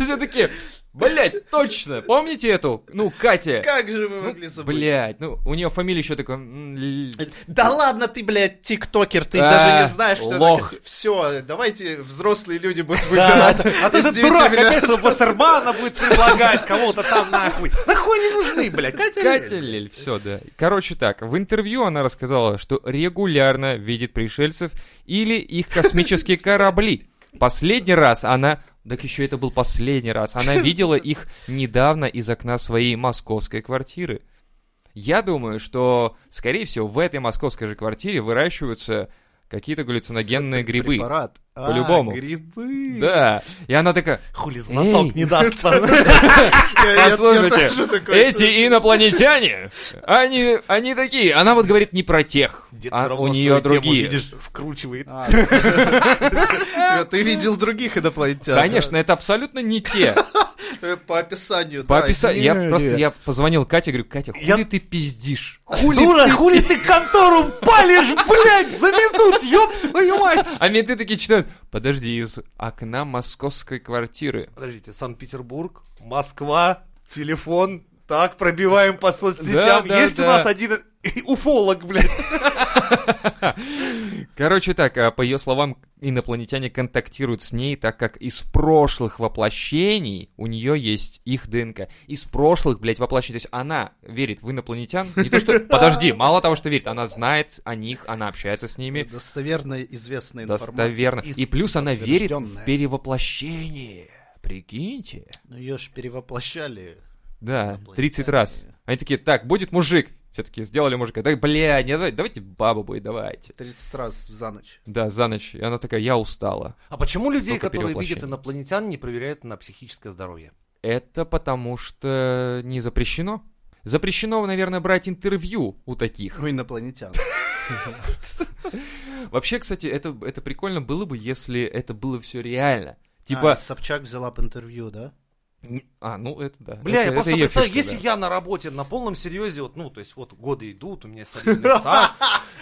Все таки блядь, точно. Помните эту? Ну, Катя.
Как же мы
Ну,
могли забыть?
Блядь, ну, у нее фамилия еще такая... м, Л-
Да ладно ты, блядь, тиктокер, ты
А,
даже не знаешь, что
лох.
Все, давайте взрослые люди будут
Да.
выбирать.
А ты
из
этот
9
дурак
миллиардов.
опять своего басармана будет предлагать кому-то там нахуй. Нахуй не нужны, бля, Катя
Катя
Лель.
Лель, все, да. Короче так, в интервью она рассказала, что регулярно видит пришельцев или их космические корабли. Последний раз она... Так еще это был последний раз. Она видела их недавно из окна своей московской квартиры. Я думаю, что, скорее всего, в этой московской же квартире выращиваются какие-то галлюциногенные грибы.
Препарат. А,
По-любому.
Грибы.
Да. И она такая,
Хули
Эй.
знаток не даст.
Я- я- я
Послушайте,
тоже такой,
А эти инопланетяне, они, они такие. Она вот говорит не про тех,
Дед всё
а
равно
у
свою
нее
тему,
другие.
видишь, вкручивает.
А, тебя- Ты видел других инопланетян?
Конечно, это абсолютно не те.
Э, По описанию,
По
да.
описанию, я
не,
просто
не.
я позвонил Кате, говорю, Катя,
Я-
хули ты пиздишь?
Дура, хули ты контору палишь, блядь, заметут, ёб твою мать.
А менты такие читают, подожди, из окна московской квартиры.
Подождите, Санкт-Петербург, Москва, телефон. Так, пробиваем по соцсетям.
Да, да,
Есть у
да.
нас один уфолог, блядь.
Короче так, а по ее словам, инопланетяне контактируют с ней, так как из прошлых воплощений у нее есть их ДНК. Из прошлых, блядь, воплощений. То есть она верит в инопланетян. Не то, что... Подожди, мало того, что верит, она знает о них, она общается с ними.
Достоверно известная информация.
Достоверно. И плюс она верит в
подтверждённая.
перевоплощение. Прикиньте.
Ну ее ж перевоплощали.
Да, 30 раз. Они такие, так, будет мужик. Все-таки сделали мужика. Так, бля, не, давай- давайте баба будет, давайте.
30 раз за ночь.
Да, за ночь. И она такая, я устала.
А почему людей,
Столько
которые видят
перевоплощений.
инопланетян, не проверяют на психическое здоровье?
Это потому что не запрещено. Запрещено, наверное, брать интервью у таких.
У инопланетян.
Вообще, кстати, это, это прикольно было бы, если это было все реально.
А,
Типа,
Собчак взяла бы интервью, да?
н- а, ну это да.
Бля,
это,
я просто
это её
представляю,
фишка,
если
да.
я на работе на полном серьезе, вот, ну, то есть, вот годы идут, у меня солидный стаж,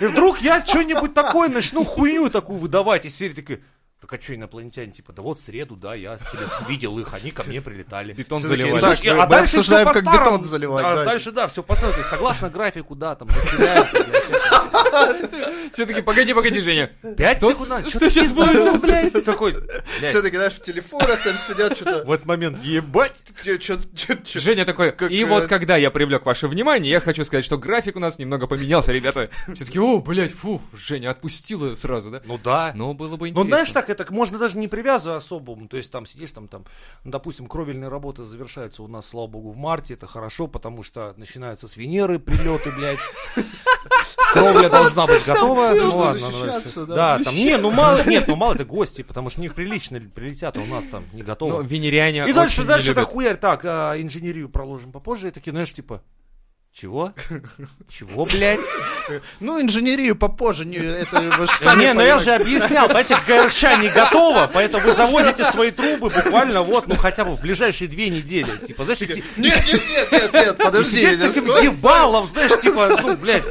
и вдруг я что-нибудь такое начну хуйню такую выдавать из серии такой, так а что инопланетяне, типа, да вот в среду, да, я с телес- видел их, они ко мне прилетали.
Бетон
Всё-таки,
заливать.
да,
Слушай, а
мы
дальше
обсуждаем,
всё
как
по-старому.
бетон заливать,
Да,
да.
дальше, да, все по старому. То есть, Согласно графику, да, там, заселяют.
Все таки погоди, погоди, Женя.
Пять
Что-
секунд. надо,
что
ты
щас будет?
пиздаешь, блядь? Такой, блядь,
Все-таки, знаешь, в телефонах там сидят что-то...
в этот момент, ебать.
Женя такой,
Как,
и
э,
вот когда я привлек ваше внимание, я хочу сказать, что график у нас немного поменялся, ребята. Все таки о, блядь, фу, Женя отпустила сразу, да?
Ну да.
Но было бы
Ну,
интересно.
знаешь, так это можно даже не привязывая особому. То есть там сидишь, там, там, ну, допустим, кровельные работы завершаются у нас, слава богу, в марте. Это хорошо, потому что начинаются с Венеры прилеты, блядь. Кровля должна быть готова. Ну,
нужно
ладно,
защищаться,
дальше.
да.
Да, там, не, ну мало, нет, ну мало это гости, потому что у них прилично прилетят, а у нас там не
Но
готово.
венеряне
И дальше,
очень не
дальше,
любят.
так хуярь, так, а, инженерию проложим попозже, и такие, знаешь, ну, типа, Чего? Чего, блядь?
Ну, инженерию попозже, не, это вы же сами...
Не, ну я
понимаете.
же объяснял, дайте ГРШ не готово, поэтому вы завозите свои трубы буквально вот, ну хотя бы в ближайшие две недели. Типа, знаешь, и-
Нет, нет, нет, нет, нет,
и
подожди.
сидеть с таким
стой,
ебалом, знаешь, типа, ну, блядь,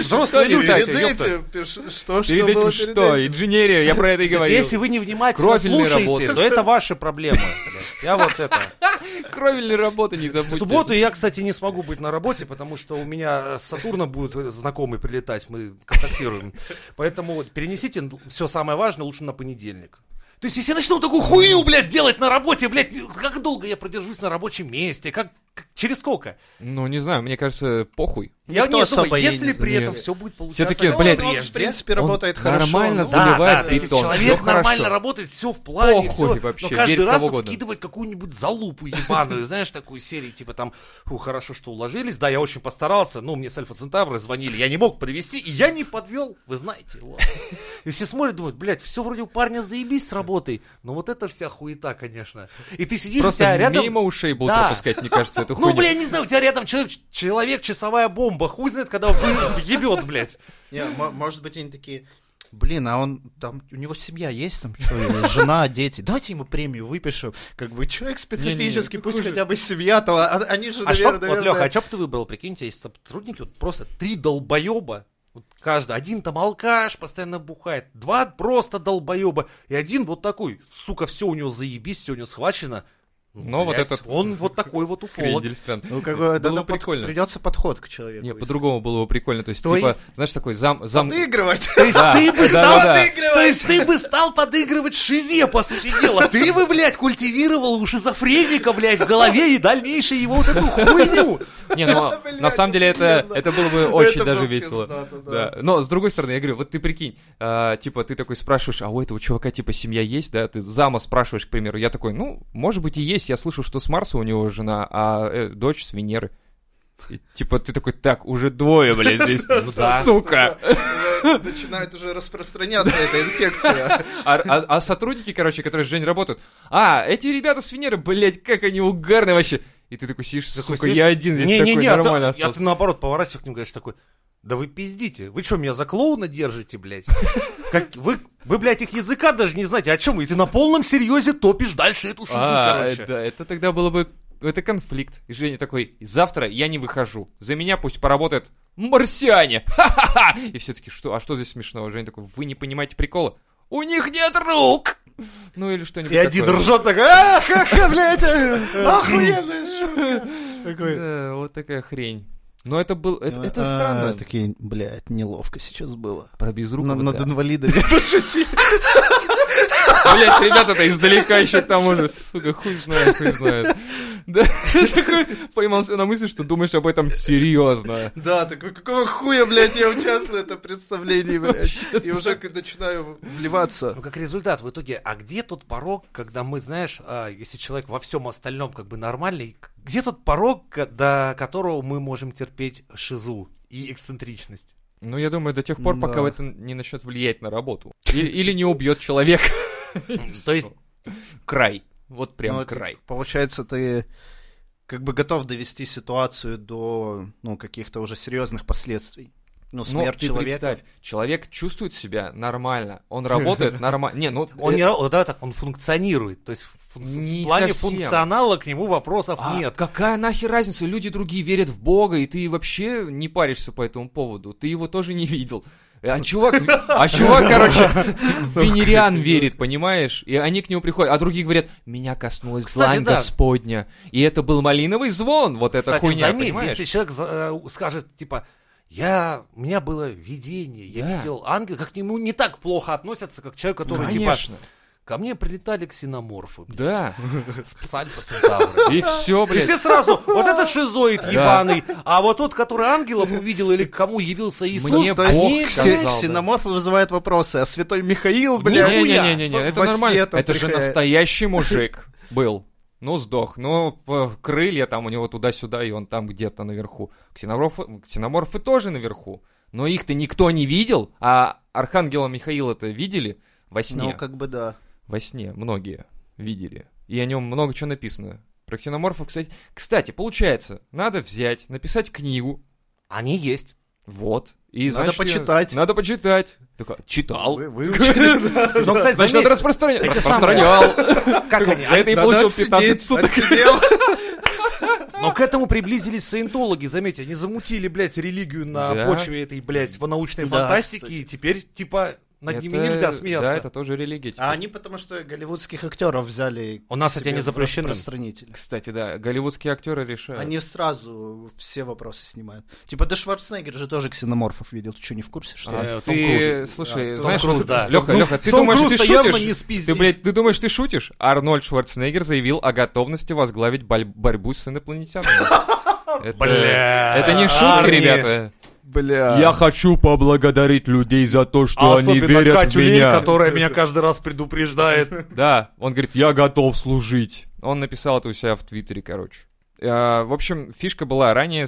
взрослые люди.
перед
все, ёпта.
этим, пиш- что, что
Перед
было
этим
перед
что?
этим?
Инженерия, я про это и говорил.
Если вы не внимательно
Кровельные
слушаете,
работы.
то это ваши проблемы. Я вот это.
Кровельные работы не
В
забудьте.
субботу я, кстати, не смогу быть на работе, потому что у меня с Сатурна будет э, знакомый прилетать, мы контактируем. Поэтому вот перенесите все самое важное лучше на понедельник. То есть, если я начну такую хуйню, блядь, делать на работе, блядь, как долго я продержусь на рабочем месте, как, как- через сколько?
Ну, не знаю, мне кажется, похуй.
Никто
Я не думаю,
особо
если
едет,
при
нет.
этом все будет получаться.
Все такие,
как
блядь,
Ну, он, в
прежде.
принципе, работает
Он
хорошо.
нормально
ну,
А, Да,
заливает
да, то есть
бетон,
человек
всё
нормально
хорошо.
работает, все в плане,
Похуй
все.
вообще,
но
верь
каждый
в
раз
кого угодно.
вкидывает какую-нибудь залупу ебаную, знаешь, такую серию, типа там, фу, хорошо, что уложились, да, я очень постарался, ну, мне с Альфа Центавра звонили, я не мог подвести, и я не подвел, вы знаете, вот. И все смотрят, думают, блядь, все вроде у парня заебись с работой, но вот это вся хуета, конечно. И ты сидишь, у тебя
Просто
рядом...
мимо ушей был
Да.
пропускать, мне кажется, эту
Ну,
хуйню.
бля, я не знаю, у тебя рядом человек, человек часовая бомба, хуй знает, когда вы- въебет, блядь.
Не, мо- может быть, они такие, блин, а он там, у него семья есть там, что, э, жена, дети, давайте ему премию выпишем. Как бы человек
ну,
специфический, пусть хотя бы семья, то а- они же,
А что,
наверное,
вот, Леха,
наверное,
а что бы ты выбрал? Прикинь, у тебя есть сотрудники, вот просто три долбоеба. Вот каждый. Один там алкаш, постоянно бухает. Два просто долбоеба. И один вот такой, сука, все у него заебись, все у него схвачено.
Но Ну, вот
Блядь,
этот-
Он вот такой вот уфолог.
Крейдельстран.
ну, какой,
а Было
да,
бы прикольно.
придется подход к человеку.
Не, по-другому было бы прикольно. То есть,
То
типа,
есть-
знаешь, такой зам... зам...
Выигрывать.
То есть
Да,
ты бы
да,
стал
да, да.
подыгрывать. То есть ты бы стал подыгрывать шизе, по сути дела. Ты бы, блядь, культивировал у шизофреника, блядь, в голове и дальнейшее его вот эту хуйню.
Не, ну,
блядь,
на самом деле это,
охуенно.
это было бы очень
Это
даже
было
весело.
пиздато,
Да.
да.
Но, с другой стороны, я говорю, вот ты прикинь, а, типа, ты такой спрашиваешь, а у этого чувака, типа, семья есть, да? Ты зама спрашиваешь, к примеру. Я такой, ну, может быть и есть. Я слышал, что с Марса у него жена, а э, дочь с Венеры. И, типа, ты такой, так, уже двое, блядь, здесь. Сука!
Уже Начинает уже распространяться эта инфекция.
А, а- а сотрудники, короче, которые с Женей работают, а, эти ребята с Венеры, блядь, как они угарные вообще. И ты такой сидишь, сука, я один здесь такой,
Не-не-не, а ты-
нормально
а
остался.
ты наоборот поворачиваешься к ним, говоришь такой, да вы пиздите, вы что, меня за клоуна держите, блядь? Как, вы, вы, блядь, их языка даже не знаете, о чем вы? И ты на полном серьезе топишь дальше эту шизу,
А,
короче.
Да, это тогда было бы... Это конфликт. И Женя такой, завтра я не выхожу. За меня пусть поработает марсиане. Ха-ха-ха! И все таки что? А что здесь смешного? Женя такой, вы не понимаете прикола? У них нет рук! Ну или что-нибудь
И один
такое.
ржет такой, «А, ха-ха, блядь.
Охуенная шутка. Такой,
Да, вот такая хрень. Но это был... Это, это
а,
странно.
Такие, блядь, неловко сейчас было.
Про безрукого,
На- Над
да.
инвалидами пошутили.
Блять, ребята, это издалека еще к тому же. Сука, хуй знает, хуй знает. Да, такой поймался на мысли, что думаешь об этом серьезно.
Да, такой, какого хуя, блядь, я участвую в этом представлении, блядь. И уже к- начинаю вливаться.
Ну, как результат, в итоге, а где тот порог, когда мы, знаешь, а, если человек во всем остальном как бы нормальный, к- где тот порог, ко- до которого мы можем терпеть шизу и эксцентричность?
Ну, я думаю, до тех пор, пока
Да.
в это не начнет влиять на работу. И- Или не убьет человека.
То есть-
Край. Вот прям
Ну, это,
край.
Получается, ты как бы готов довести ситуацию до, ну, каких-то уже серьезных последствий. Ну,
Ну,
смерть
ты
человека.
представь, человек чувствует себя нормально, он работает нормально. Не, ну...
Он
э,
не ра- да, так он функционирует. То есть в, фун- в
Не
плане
совсем.
функционала к нему вопросов
а
нет.
какая нахер разница? Люди другие верят в Бога, и ты вообще не паришься по этому поводу. Ты его тоже не видел. А чувак, а чувак, короче, с- в венериан верит, понимаешь? И они к нему приходят, а другие говорят, меня коснулась
Кстати,
длань
да.
Господня. И это был малиновый звон, вот эта
Кстати,
хуйня,
заметь,
понимаешь?
если человек за- э, скажет, типа, я, у меня было видение, я
Да.
видел ангела, как к нему не так плохо относятся, как к человеку, который,
Конечно.
типа, ко мне прилетали ксеноморфы, блядь,
Да.
с альфа центавра.
И все,
И все
блядь.
сразу, вот этот шизоид ебаный, а вот тот, который ангелов увидел или к кому явился Иисус,
Мне
а
То есть
Бог
ней-
ксе-
сказал, да.
ксеноморфы вызывают вопросы, а святой Михаил, блядь,
Не-не-не-не, это
во сне
нормально.
там
Это же
приходит.
настоящий мужик был. Ну, сдох. Ну, п- крылья там у него туда-сюда, и он там где-то наверху. Ксеноморфы, ксеноморфы тоже наверху. Но их-то никто не видел, а Архангела Михаила-то видели во сне.
Ну, как бы да.
Во сне многие видели. И о нем много чего написано. Про ксеноморфов, кстати... Кстати, получается, надо взять, написать книгу,
Они есть.
вот, и
Надо
значит, её-
почитать.
Надо почитать. Такая, читал.
Вы- выучили.
Но, кстати,
Значит,
заметь,
надо распространять.
эти
Распространял.
как они,
За это и
Надо
получил
отсидеть,
15 суток.
отсидел.
Но к этому приблизились саентологи, заметьте, они замутили, блядь, религию на
Да.
почве этой, блядь, по научной
Да,
фантастике,
кстати.
и теперь, типа, над ними
Это-
нельзя
Да,
смеяться.
это тоже религия. типа.
А они потому что голливудских актеров взяли.
У нас,
к
кстати, они
себе в
запрещены.
распространители.
Кстати, да, голливудские актеры решают.
Они сразу все вопросы снимают. Типа, да Шварценеггер же тоже ксеноморфов видел. Ты что, не в курсе, что ли?
А,
Э, Том
Ты,
Круз.
слушай,
Да, Том
знаешь,
Круз,
ты-
да.
Леха,
Ну,
Леха, ты
Том
думаешь, ты
Круз-то явно
шутишь?
не спиздит.
Ты, блядь, ты думаешь, ты шутишь? Арнольд Шварценеггер заявил о готовности возглавить боль- борьбу с инопланетянами. Это-
Бля.
Это не шутки,
Арни.
ребята.
Бля.
хочу поблагодарить людей за то,
А особенно Катю Лель, которая меня каждый раз предупреждает.
Да, он говорит, я готов служить. Он написал это у себя в Твиттере, короче. А, В общем, фишка была, ранее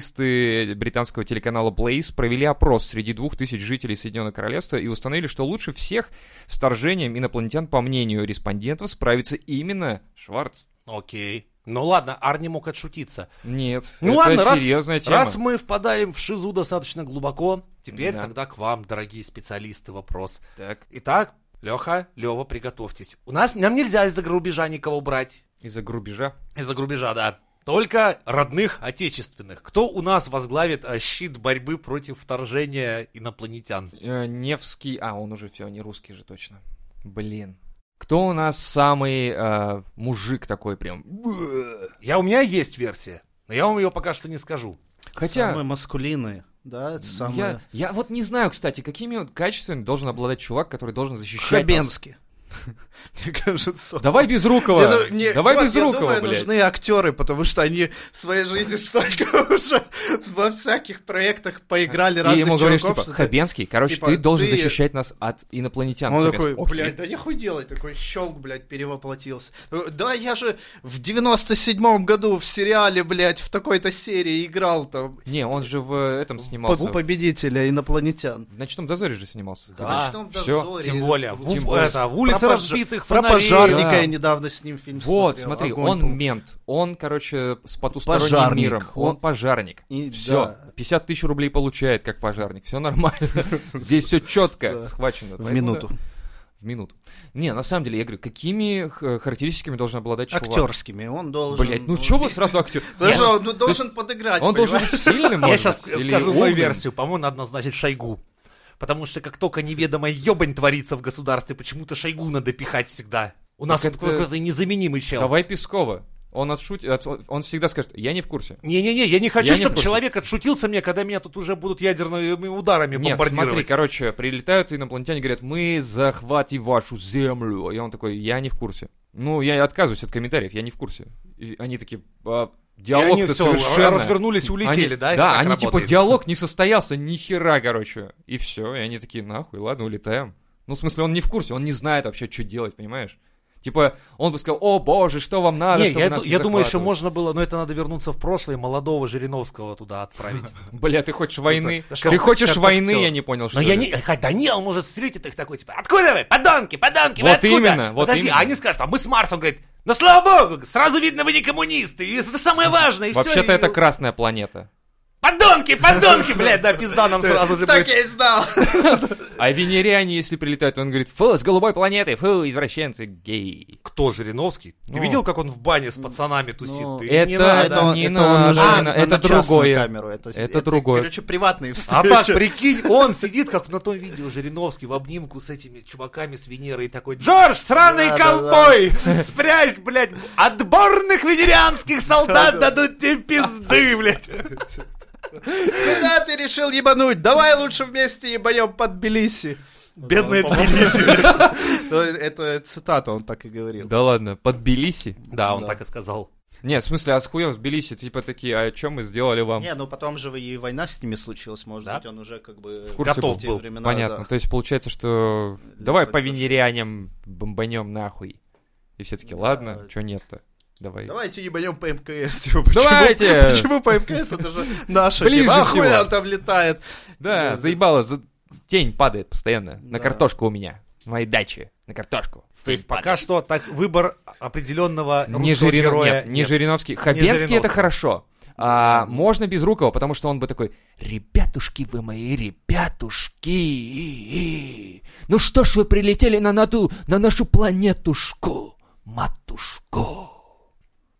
специалисты британского телеканала Blaze провели опрос среди двух тысяч жителей Соединенного Королевства и установили, что лучше всех с вторжением инопланетян, по мнению респондентов, справится именно Шварц.
Окей. Ну ладно, Арни мог отшутиться.
Нет,
Ну
это
ладно, раз-
серьезная тема.
Раз мы впадаем в шизу достаточно глубоко, теперь
Да.
тогда к вам, дорогие специалисты, вопрос.
Так,
Итак, Леха, Лева, приготовьтесь. У нас нам нельзя из-за рубежа никого брать.
из-за грубежа.
Из-за рубежа, да. Только родных, отечественных. Кто у нас возглавит э, щит борьбы против вторжения инопланетян?
Э, Невский... А, он уже все, не русский же точно. Блин. Кто у нас самый э, мужик такой прям?
Я, у меня есть версия, но я вам ее пока что не скажу.
Хотя...
Самые маскулины, да? это
Я,
Самые...
я вот не знаю, кстати, какими качествами должен обладать чувак, который должен защищать нас.
Хабенский. Мне кажется.
Давай без
Я
Рукова.
думаю, не,
Давай
вот,
без
я
Рукова,
думаю,
блядь.
нужны актеры, потому что они в своей жизни столько уже во всяких проектах поиграли
И
разных
ему говоришь, типа,
чуваков, что ты-
Хабенский, короче,
типа,
ты должен
ты-
защищать нас от инопланетян.
Он
Хабенский,
такой,
«Окей».
блядь, да нихуй делать, такой щелк, блядь, перевоплотился. Э, Да я же в 97-м году в сериале, блядь, в такой-то серии играл там
Не, он же в э, этом
по-
снимался.
победителя инопланетян.
В «Ночном дозоре» же снимался.
Да.
В «Ночном
всё,
дозоре»,
Тем более,
в-
в,
тем
в-
более.
это, в улице
пожар-
разбитых
Про
фонарей.
пожарника
Да.
я недавно с ним фильм
Вот,
смотрел.
смотри,
Огонь
он
был.
мент. Он, короче, с потусторонним
Пожарник.
миром. Он,
Он-
пожарник.
И
Все,
да.
50 тысяч рублей получает, как пожарник. Все нормально. Здесь все четко
Да.
схвачено.
В
Поэтому,
минуту.
в минуту. Не, на самом деле, я говорю, какими х- характеристиками должен обладать чувак?
Актерскими, он должен...
Блять, ну чё вот сразу актер?
Потому что
Нет,
он ну, должен подыграть,
Он должен
понимаешь?
быть сильным,
Я
может
сейчас
быть, или
скажу мою
умным.
версию. По-моему, надо назначить Шойгу. Потому что как только неведомая ебань творится в государстве, почему-то Шойгу надо пихать всегда. У нас
это-
какой-то незаменимый чел.
Давай Пескова. Он отшутит, от- он всегда скажет, я не в курсе.
Не-не-не, я не хочу,
Я не в
чтобы
курсе.
человек отшутился мне, когда меня тут уже будут ядерными ударами
Нет, смотри,
бомбардировать.
короче, прилетают инопланетяне, говорят, мы захватим вашу землю. И он такой, я не в курсе. Ну, я отказываюсь от комментариев, я не в курсе. И они такие, «А,
И они
диалог-то
всё,
совершенно...
развернулись, улетели,
Они-
да? Это
Да,
так
они
работает.
типа диалог не состоялся, ни хера, короче. И все, и они такие, нахуй, ладно, улетаем. Ну, в смысле, он не в курсе, он не знает вообще, что делать, понимаешь? Типа, он бы сказал, о боже, что вам надо,
Не,
чтобы
я,
нас
ду-
не
я думаю, еще
захватывали?»
можно было, но это надо вернуться в прошлое, молодого Жириновского туда отправить.
Бля, ты хочешь войны?
да что
Ты
ты,
хочешь
как
войны,
актер.
я не понял, что
Но я
ли?
не... хоть Даниил может встретит их такой, типа, откуда вы? Подонки, подонки, вы
Вот
откуда?
именно, вот
Подожди,
именно.
а они скажут, а мы с Марса. Он говорит, ну слава богу, сразу видно, вы не коммунисты, и это самое важное, и всё,
Вообще-то
и-
это красная планета.
Подонки, подонки, блядь, да, пизда нам сразу же,
Так
блядь.
я и знал.
А венериане, если прилетают, он говорит, фу, с голубой планеты, фу, извращенцы, гей.
Кто Жириновский? Ты
Ну.
видел, как он в бане с пацанами тусит?
Ну,
Ты
это-
не надо.
это он- не надо.
уже
А,
на-
это
на частную
другое.
камеру, Это,
Это другое.
Короче, приватные
А
встречи.
так, прикинь, он сидит, как на том видео Жириновский, в обнимку с этими чуваками с Венеры и такой, Джордж, сраный
Да, да,
ковбой, спрячь, блядь, отборных венерианских солдат дадут тебе пизды, блядь.
Куда ты решил ебануть? Давай лучше вместе ебанем под Тбилиси.
Бедные
Ну, по-моему,
Тбилиси.
Ну, Это цитата, он так и говорил.
Да ладно, под Белиси?
Да, он
Да.
так и сказал.
Нет, в смысле, а с хуем с Белиси? Типа такие, а чем мы сделали вам?
Не, ну потом же и война с ними случилась, может
Да?
быть, он уже как бы...
В курсе
Готов
те
был,
времена,
Понятно.
да.
То есть получается, что давай по
поддержка.
венерианям бомбанем нахуй. И все таки ладно,
Да.
что нет-то? Давай.
Давайте ебанем по МКС. типа, почему-
Давайте!
Почему по МКС? Это же наша.
Ближе
тема. А хуй
всего.
он там летает?
Да,
Да.
заебало, за- тень падает постоянно. На
Да.
картошку у меня. моей дачи на картошку.
То есть пока что так выбор определенного
Не,
русского
Жирино-
героя
нет, не
нет.
Жириновский. Хабенский это
Жириновский.
хорошо. А, можно без Рукова, потому что он бы такой, ребятушки вы мои, ребятушки, ну что ж вы прилетели на, нату, на нашу планетушку, матушку.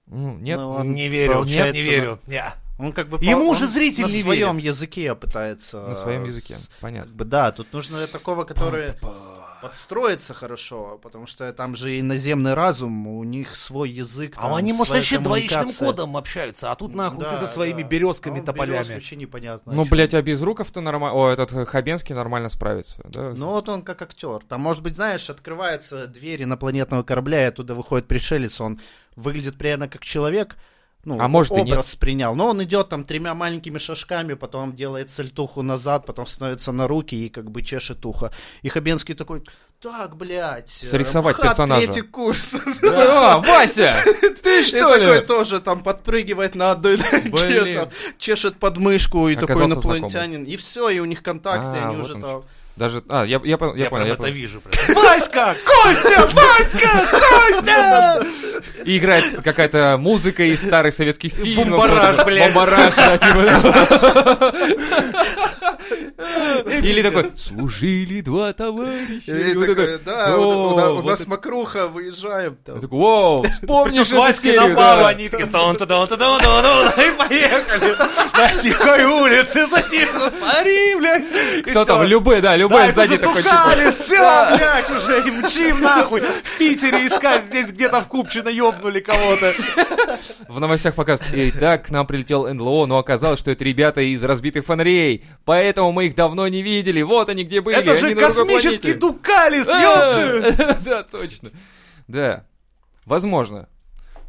Ну, нет,
Ну, он
Не верю, нет,
получается,
не верю. Не.
Он как бы...
Ему
он
же зритель
на
не
своем языке пытается...
на своем
э,
языке,
с- Как
понятно.
бы, да, тут нужно такого, который подстроится хорошо, потому что там же иноземный разум, у них свой язык.
А
там,
они, может,
своя
вообще двоичным
коммуникация.
кодом общаются, а тут нахуй
Да,
ты за своими
да.
березками,
А он березка,
тополями.
вообще непонятно.
Ну,
о чём.
блядь, а без Руков-то нормально, о, этот э, Хабенский нормально справится, да?
Ну вот он как актер. Там, может быть, знаешь, открывается дверь инопланетного корабля, и оттуда выходит пришелец. Он выглядит примерно как человек. Ну,
А может и нет.
образ принял. Но он идет там тремя маленькими шажками, потом делает сальтуху назад, потом становится на руки и как бы чешет ухо. И Хабенский такой, так, блядь. э,
Срисовать
МХАТ,
персонажа.
третий курс.
Да, А, Вася, ты
И
что
такой
ли?
тоже там подпрыгивает на одной ноге,
Блин.
там, чешет подмышку, и такой
Оказался
инопланетянин. И все, и у них контакты, и
А,
они
вот
уже
он
там...
Даже, а, я, я, пон- я понял,
Я, прям
я
это
понял.
вижу. прям.
Васька!
И играет какая-то музыка из старых советских фильмов.
Бумбараш,
Вот это,
блядь.
Бумбараш, да, типа. Или такой, служили два товарища.
И
И вот
такой,
это,
да, у- у на-
«О,
у
вот
нас
это».
мокруха, выезжаем. там.
Я такой, Воу, вспомнишь
Причем
эту
Васьки на
серию,
пару,
да.
они такие «Тон, та, дон, та, дон, дон, дон», и поехали. На тихой улице, за тихо, пари, блядь. И
Кто
всё.
там, Любэ, да, Любэ
Да,
сзади
сзади
такой, типа, Да.
все, блядь, уже и мчим нахуй. В Питере искать, здесь где-то в Купчино ёбнули кого-то.
в новостях показывают. И так к нам прилетел НЛО, но оказалось, что это ребята из разбитых фонарей. Поэтому мы их давно не видели. Вот они где были.
Это же
они на другой
космический
планете. А,
Дукалис, ёпты.
Э, Да, точно. Да. Возможно.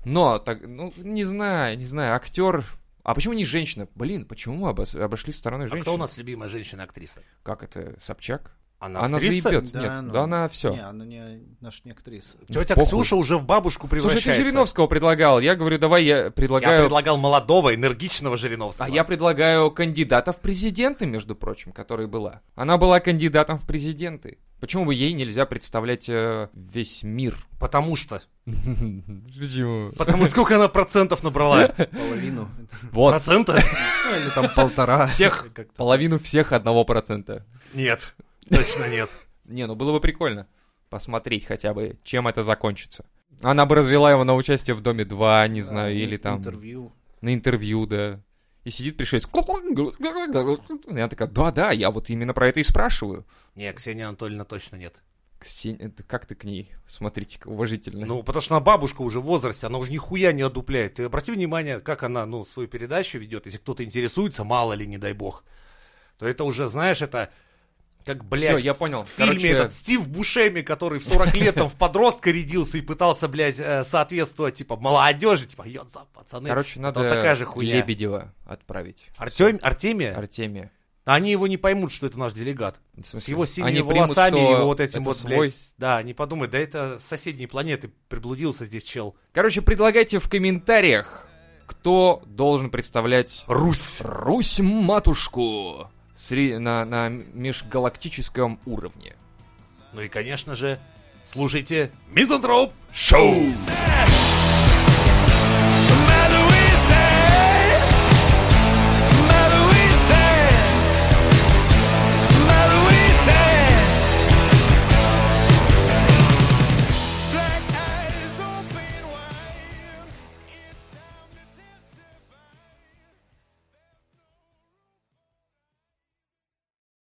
Но, так, ну, не знаю, не знаю, актер... А почему не женщина? Блин, почему мы обос- обошли
А
стороной женщин?
любимая женщина-актриса?
Как это, Собчак?
Она,
Она заебет. Нет,
ну,
да она все.
Не, она не, наша не актриса.
Тетя
Похуй.
Ксюша уже в бабушку
Слушай,
превращается.
ты Жириновского предлагал. Я говорю, давай я
Я
предлагаю...
предлагал молодого, энергичного Жириновского.
А я предлагаю кандидата в президенты, между прочим, которая была. Она была кандидатом в президенты. Почему бы ей нельзя представлять э, весь мир?
Потому что.
Почему?
Потому сколько она процентов набрала?
Половину.
Вот,
Процента?
Ну, или там полтора.
всех,
Как-то.
половину всех одного процента.
Нет. Точно нет.
Не, ну было бы прикольно посмотреть хотя бы, чем это закончится. Она бы развела его на участие в Доме 2, не знаю,
Да,
или там
Интервью.
на интервью, да. И сидит пришелец. И она такая, да-да, я вот именно про это и спрашиваю.
Не, Ксения Анатольевна точно нет.
Ксения, это э, как ты к ней? Смотрите-ка, уважительно.
Ну, потому что она бабушка уже в возрасте, она уже нихуя не одупляет. Ты обрати внимание, как она, ну, свою передачу ведет. Если кто-то интересуется, мало ли, не дай бог, то это уже, знаешь, это как, блядь,
Всё, я понял.
в фильме
Короче,
этот Стив Бушеми, который в 40 лет там в подростка рядился и пытался, блядь, э, соответствовать, типа, молодежи, типа, ёд за пацаны.
Короче, надо
там такая же хуйня.
Лебедева отправить.
Артем, Артемия? А
Артемия.
Они его не поймут, что это наш делегат.
В
С
смысле,
его синими
они примут,
волосами
что
и его вот этим
это
вот,
свой.
блядь, да, не подумай, да это с соседней планеты приблудился здесь чел.
Короче, предлагайте в комментариях, кто должен представлять
Русь!
Русь матушку Сре- на, на межгалактическом уровне.
Ну и, конечно же, слушайте Мизантроп
Шоу!